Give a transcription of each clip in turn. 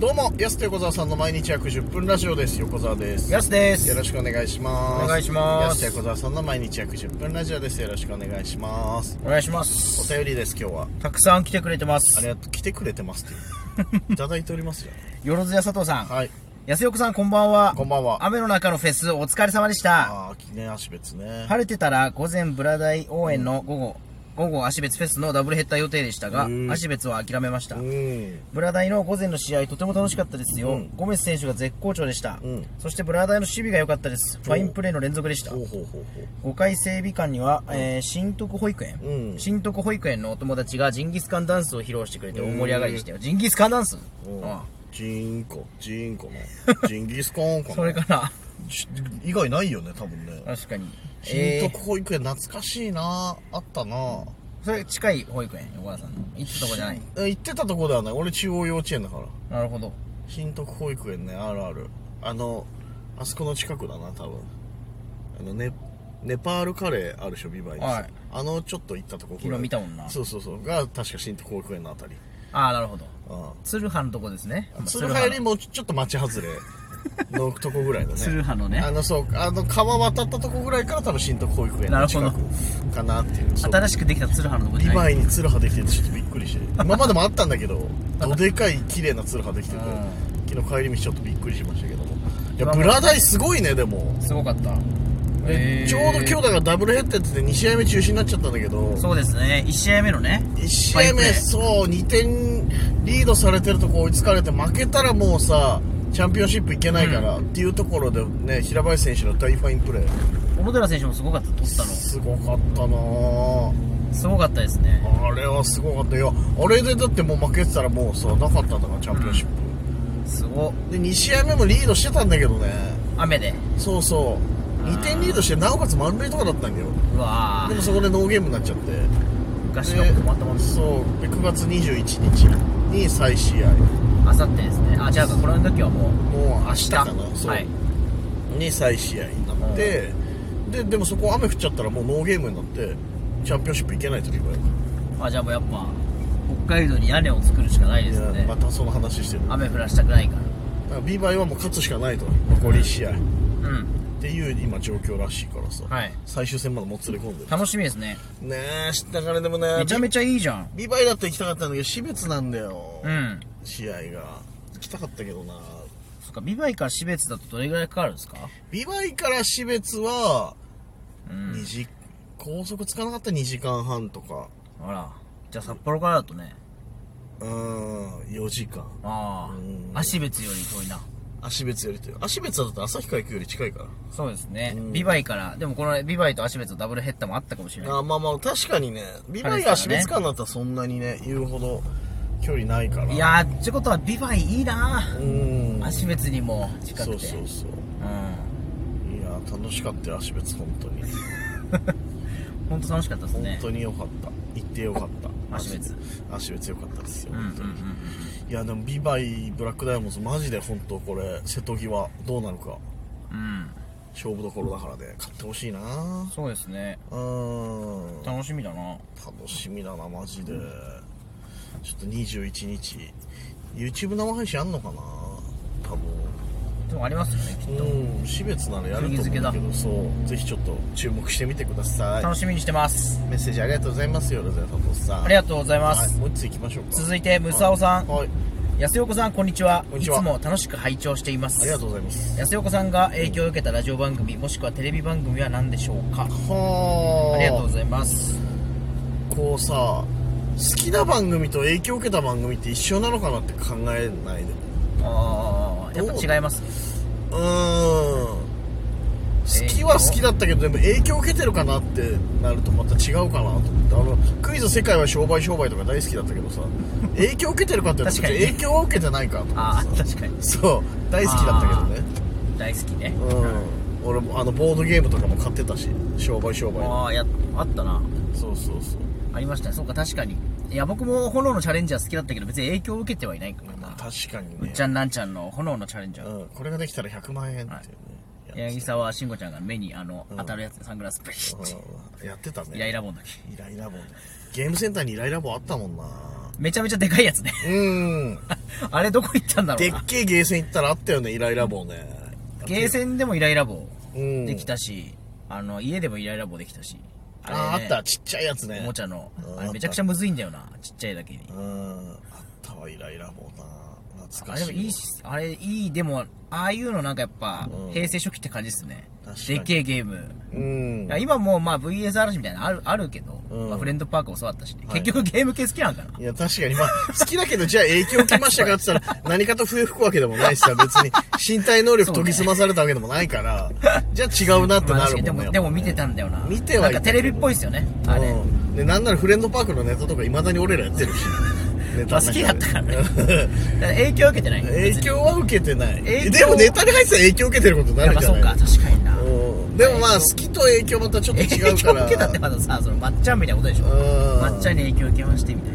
どうも、やすと横澤さんの毎日約10分ラジオです。横澤です。よやすです。ろしくお願いします。お願いしますやすと横澤さんの毎日約10分ラジオです。よろしくお願いします。お願いしまおす。便りです、今日は。たくさん来てくれてまあすり。がとう。来てくれてますって いう。いただいておりますよ。よろずや佐藤さん。はい。やすよこさんこんばんは。こんばんは。雨の中のフェスお疲れ様でした。ああ、記念足別ね。晴れてたら午前ブラダイ応援の午後、午後足別フェスのダブルヘッダー予定でしたがうん、足別は諦めましたう。ん。ブラダイの午前の試合とても楽しかったですよ、うんゴメス選手が絶好調でした、うんそしてブラダイの守備が良かったですファインプレーの連続でしたほうほうほう5回整備官には、えー新徳保育園、ほう。うん。新徳保育園のお友達がジンギスカンダンスを披露してくれて大盛り上がりでしたよ。ジンギスカンダンスうんあジンコ、ジンコ の。ジンギスカンかあな。それかなし以外ないよね、多分ね。 確かに。新え徳保育園懐かしいなあったなー、それ近い保育園、横田さんの。行ったとこじゃない。え行ってたとこではない俺中央幼稚園だからなるほど。新徳保育園ねあるあるあのあそこの近くだな多分あのネネパールカレーあるでしょビバイに、はいあのちょっと行ったとこぐらい昨日見たもんなそうそうそうが確か新徳保育園のあたりああ、なるほど。あ鶴葉のとこですね。あ鶴葉よりもちょっと町外れのとこぐらいだね 鶴葉のねあのそうあの川渡ったとこぐらいから多分新徳保育園の近くかなっていうそう新しくできた鶴葉のとこじリゃなバい。イにツルハできててちょっとびっくりして今までもあったんだけ どどでかい綺麗なツルハできてて昨日帰り道ちょっとびっくりしましたけどもいやブラダイすごいねでもすごかった。でちょうど今日だだ。からダブルヘッダーって言って2試合目中止になっちゃったんだけどそうですね。1試合目のね。 1試合ファインプ目レーそう2点リードされてるとこ追いつかれて負けたらもうさチャンピオンシップいけないからっていうところでね平林選手の大ファインプレー小野寺選手もすごかった。取ったの。すごかったなぁすごかったですね。あれはすごかったよあれでだってもう負けてたらもうさなかったんだからチャンピオンシップ、すご。で2試合目もリードしてたんだけどね雨で。そうそう2点リードしてなおかつ満塁とかだったんだようわでーもそこでノーゲームになっちゃって昔のでこともあったもんです。そうで9月21日に再試合明後日ですね。あ、じゃあ、これの時はもう。もう明明日日かなそう、はいに再試合になってででもそこ雨降っちゃったらもうノーゲームになってチャンピオンシップいけないって言われあじゃあもうやっぱ北海道に屋根を作るしかないですた、ねまたその話してるだか雨降らしたくないからビーバイはもう勝つしかないと残り1試合っらうんていう今状況らしいからさ、はい最終戦までもつれ込んでる楽しみですねねえ知ったからでもねめちゃめちゃいいじゃんビバイだって行きたかったんだけど、私別なんだよ。うん試合が。行きたかったけどな。そっかビバイから標別だとどれぐらいかかるんですかビバイから私別は、うん2時、高速つかなかったら2時間半とか、あらじゃあ札幌からだとねうーん、4時間。あうんあ足別より遠いな足別よりという。足別だと旭川行くより近いから。そうですねうんビバイからでもこのビバイと足別のダブルヘッダーもあったかもしれないあーまあまあ、確かにね、ビバイが足別間だったらそんなにね、言うほど距離ないから。いやーってことはビバイいいなうーん。足別にも近そくうてそうそう。うんいやー、楽しかったよ、足別、本当に。本当楽しかったです本ね当に良かった。行って良かった。芦別。足別良かったですよ、うんうんう本ん当うに。んいやでもビバイブラックダイヤモンドズマジで本当これ瀬戸際どうなるかうん勝負どころだからで、買ってほしいなそうですねうーん楽しみだな楽しみだなマジでちょっと21日 YouTube 生配信あんのかな多でもありますよねきっと、分うん私別ならやると思うんだけどそうぜひちょっと注目してみてくださ楽しみにしてますいメッセージありがとうございますよロゼ佐藤さんありがとうございます、はい、もう一つ行きましょうか続いてムサオさん、はい安横さんこんにちはこんにちはいつも楽しく拝聴していますありがとうございます安横さんが影響を受けたラジオ番組もしくはテレビ番組は何でしょうかはあありがとうございますこうさ好きな番組と影響を受けた番組って一緒なのかなって考えないでああやっぱ違いますねうーん好きは好きだったけどでも影響を受けてるかなってなるとまた違うかなと思ってあのクイズ「世界は商売商売」とか大好きだったけどさ影響を受けてるかって言うと 確かに別に影響を受けてないかと思あってさあ確かにそう大好きだったけどね大好きねうん俺もあのボードゲームとかも買ってたし商売商売ああやあったなそうそうそうありましたねそうか確かにいや僕も炎のチャレンジャー好きだったけど別に影響を受けてはいないからまなあ確かにうねっちゃんなんちゃんの炎のチャレンジャーうん、これができたら100万円っていうね、やつ柳沢慎吾ちゃんが目にあの、ん当たるやつでサングラスプシッてうんやってたねイライラボンだけイライラ棒ねゲームセンターにイライラ棒あったもんなめちゃめちゃでかい やつね。 うん。あれどこ行ったんだろでうっな。けえゲーセン行ったらあったよね、イライラ棒ね。ゲーセンでもイライラ棒うんできたし、あの、家でもイライラ棒できたし。ああー、あれっねた。ちっちゃいやつね。おもちゃのうん。あれめちゃくちゃむずいんだよな。ちっちゃいだけに。うん。あったわ、イライラ棒な。懐かあれしでもい。いいし、あれいい、でも、ああいうのなんかやっぱう、ん平成初期って感じですね確か。にでっけえゲーム。うんいや。今もうまあ VS 嵐みたいなのある、あるけど、うんまあフレンドパークもそうだったしね、はい結局ゲーム系好きなんかな。いや、確かに。まあ、好きだけど、じゃあ影響受けましたかって言 ったら、何かと笛吹くわけでもないしさ、別に身体能力研ぎ澄まされたわけでもないから、じゃあ違うなってまあな確かるにでもんね。も、でも見てやったんだよな。見てはいたなんかテレビっぽいですよね、あぱねれ。うんで、なんならフレンドパークのネタとか未だに俺らやってる し。ネタの中で好きだったから ねだから影響受けてない。影響は受けてない。影響でもネタに入ってたら影響受けてることになやっるぱじゃそうないか、確かにな。うんでもまあ、好きと影響またちょっと影違うか響受けたってら。まださ、そのまっちゃんみたいなことでしょ。うんまっちゃんに影響受けましてみたい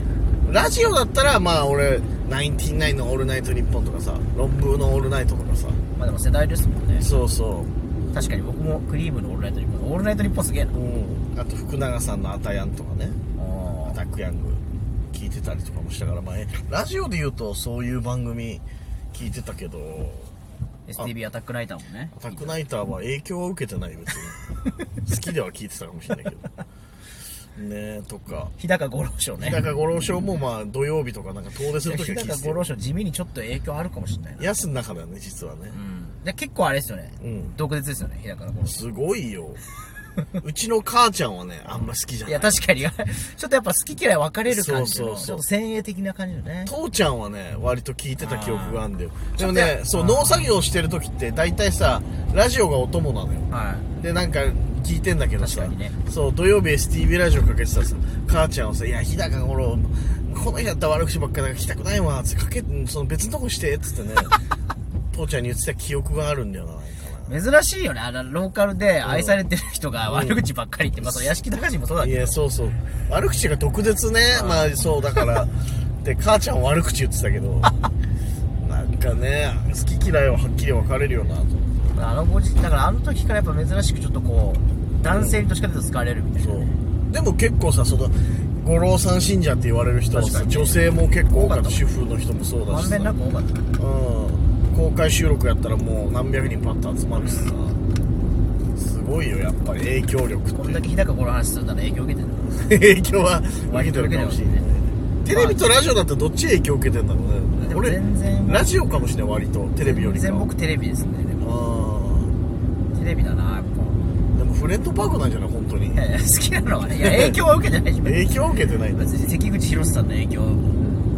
な。ラジオだったら、まあ俺、ナインティナインのオールナイトニッポンとかさ、論文のオールナイトとかさ。まあでも世代ですもんね。そうそう。確かに僕もクリームのオールナイトニッポン。オールナイトニッポンすげえな。うん、あと福永さんの「アタヤン」とかね「アあタックヤング」聞いてたりとかもしたから前ラジオで言うとそういう番組聞いてたけどー STB アタックライターもねア。タックナイターは影響は受けてない別に好 きでは聞いてたかもしれないけどねえとか日高五郎賞ね日。高五郎賞もまあ土曜日とかなんか遠出するとき日は聞高いて五る郎賞地味にちょっと影響あるかもしれないな。安の中だね実はねうんで結構あれですよね、うん毒舌ですよね日高の頃すごいようちの母ちゃんはねあんま好きじゃないいや確かに ちょっとやっぱ好き嫌い分かれる感じそのうそうそうちょっと先鋭的な感じのね父ちゃんはね割と聞いてた記憶があるんだよでもちょっとねやそうあー農作業してる時って大体さラジオがお供なのよはでなんか聞いてんだけどさ確かにねそう土曜日 STV ラジオかけてたらさ母ちゃんはさ「いや日高五郎この日だったら悪口ばっかりだから来たくないわ」つってかけその別のとこして」っつって ね父ちゃんに言ってた記憶があるんだよななんかない珍しいよねあのローカルで愛されてる人が悪口ばっかり言って、まあその屋敷隆史もそうだいけどやそうそう悪口が毒舌ねまあそうだからで母ちゃんは悪口言ってたけ どなんかね好き嫌いははっきり分かれるよなとあのご時だからあの時からやっぱ珍しくちょっとこう男性にどっちかというと好かれるみたいなそうでも結構さその五郎三信者って言われる人はさ、確かにね女性も結構多かっ多かったたもん主婦の人もそうだましんべんなく多かったうん、公開収録やったらもう何百人パッと集まるしさすごいよやっぱり影響力こんっだけ日高五郎の話するなら影響受けてるなて影響は受けてるかもしれないテレビとラジオだったらどっち影響受けてんだろうねでも俺全然ラジオかもしれない割とテレビより全か然僕テレビですねでもあテレビだなやっーでもフレンドパークなんじゃない本当にぱいやいや好きな のはねいや影響は受けてないし別に影響は受けてないんだ別に関口宏さんの影響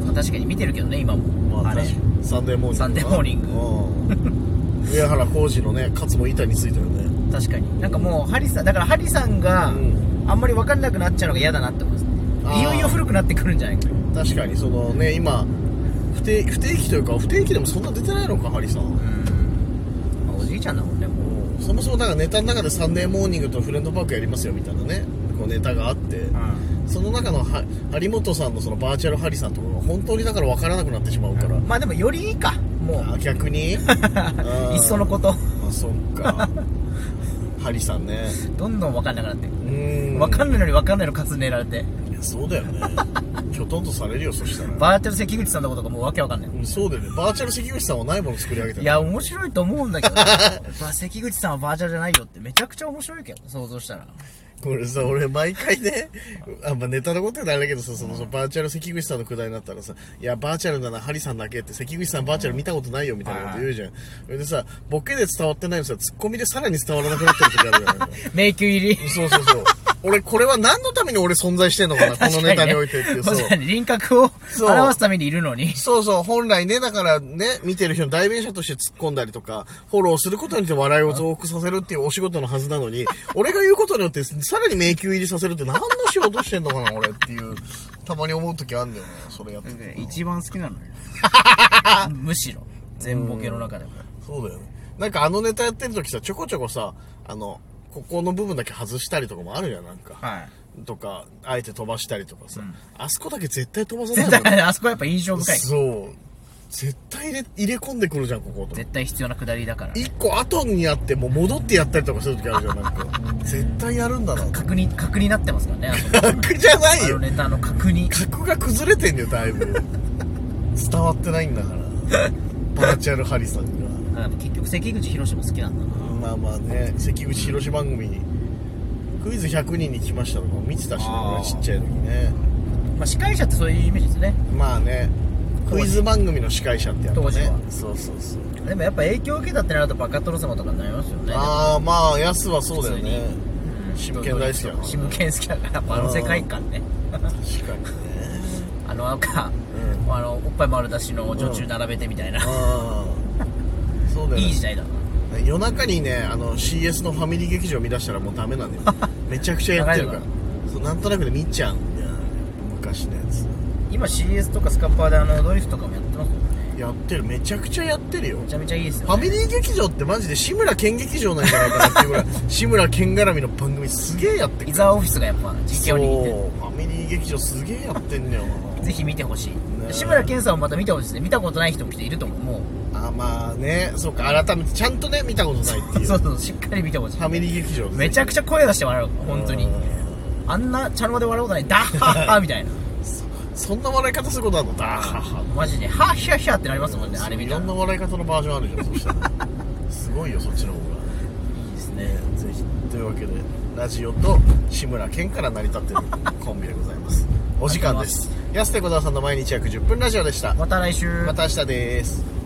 まあ確かに見てるけどね今も、まあ、あ、れ確かにサンデーモーニングサンデーモーニング、うん、上原浩二のね勝も板についたよね確かになんかもうハリさんだからハリさんがあうんんまり分かんなくなっちゃうのが嫌だなって思いまあすーいよいよ古くなってくるんじゃないか確かにそのね今不定不定期というか不定期でもそんな出てないのかハリさん、うん、まあおじいちゃんだもんねもうそもそもなんかネタの中でサンデーモーニングとフレンドパークやりますよみたいなねこうネタがあって、その中のは張本さんのそのバーチャルハリさんとかが本当にだから分からなくなってしまうから、まあでもよりいいかもあ逆 にういっそのことあそっかハリさんねどんどん分かんなくなってうーん分かんないのに分かんないの数ねられていやそうだよ ねきょとんとされるよそしたらバーチャル関口さんのことがもうわけわかんないうんそうだよねバーチャル関口さんはないもの作り上げているや面白いと思うんだけ ど、ね、まあ関口さんはバーチャルじゃないよってめちゃくちゃ面白いけど想像したらこれさ俺毎回ねあんまネタのこと言うのあれだけどさそのそのバーチャル関口さんのくだりになったらさ「いやバーチャルならハリさんだけ」って関口さんバーチャル見たことないよみたいなこと言うじゃんそれでさボケで伝わってないのさツッコミでさらに伝わらなくなってる時ある じゃん迷宮入りそうそうそう俺これは何のために俺存在してんの かなこのネタにおいてっていうそう確かに輪郭をそう表すためにいるのに。そうそう、本来ね、だからね、見てる人の代弁者として突っ込んだりとか、フォローすることによって笑いを増幅させるっていうお仕事のはずなのに、 俺が言うことによって、さらに迷宮入りさせるって何の仕事してんのかな、俺っていう、たまに思う時あるんだよね、それやってて。一番好き なのよ。むしろ。全ボケの中でも。そうだよね。なんかあのネタやってる時さ、ちょこちょこさ、あの、ここの部分だけ外したりとかもあるやん、なんか。はい。とか、あえて飛ばしたりとかさ、あそこだけ絶対飛ばさない絶 もんね対、あそこはやっぱ印象深い。そう。絶対入れ入れ込んでくるじゃんここと絶対必要な下りだから一個後にやってもう戻ってやったりとかする時あるじゃんなんか絶対やるんだな確認確になってますからねあの格じゃないあのよネタの確認格が崩れてんだよだいぶ伝わってないんだからバーチャルハリさんがあでも結局関口宏も好きなんだなまあまあね関口広志番組にクイズ100人に来ましたとかも見てたしねあー俺ちっちゃい時ねまあ司会者ってそういうイメージですねまあねクイズ番組の司会者ってやつね当時はそうそうそう、でもやっぱ影響を受けたってなるとバカ殿様とかになりますよねああまあやすはそうだよ普ねシムケン大好きだからシムケン好きだからあの世界観ね確かにねあのなんか、うあのおっぱい丸出しの女中並べてみたいな、ああそうだよねいい時代だな夜中にねあの CS のファミリー劇場見出したらもうダメなんだよめちゃくちゃやってるから長そうなんとなくで見ちゃうんだよね昔のやつ今 CS とかスカッパーであのドリフとかもやってますよねやってるめちゃくちゃやってるよめちゃめちゃいいですよ、ファミリー劇場ってマジで志村けん劇場なんじゃないかなって いうぐらい志村けん絡みの番組すげえやってく伊る沢オフィスがやっぱ実そ況うに握ってるファミリー劇場すげえやってんのよぜひ見てほしい、え志村けんさんもまた見てほしいですね見たことない人もいると思うもあまあねそうか改めてちゃんとね見たことないってういう そフうそうしっかり見てほしいァミリー劇場めちゃくちゃ声出して笑う本当にあんな茶の間で笑うことないダッハッハみたいなそんな笑い方することあるのだーマジでハッヒャッヒャってなりますもんねあれ見いたろらんない笑い方のバージョンあるじゃんそしたら すごいよそっちの方がいですねぜひというわけでラジオと志村けんから成り立っているコンビでございますお時間です安手小沢さんの毎日約10分ラジオでしたまた来週また明日です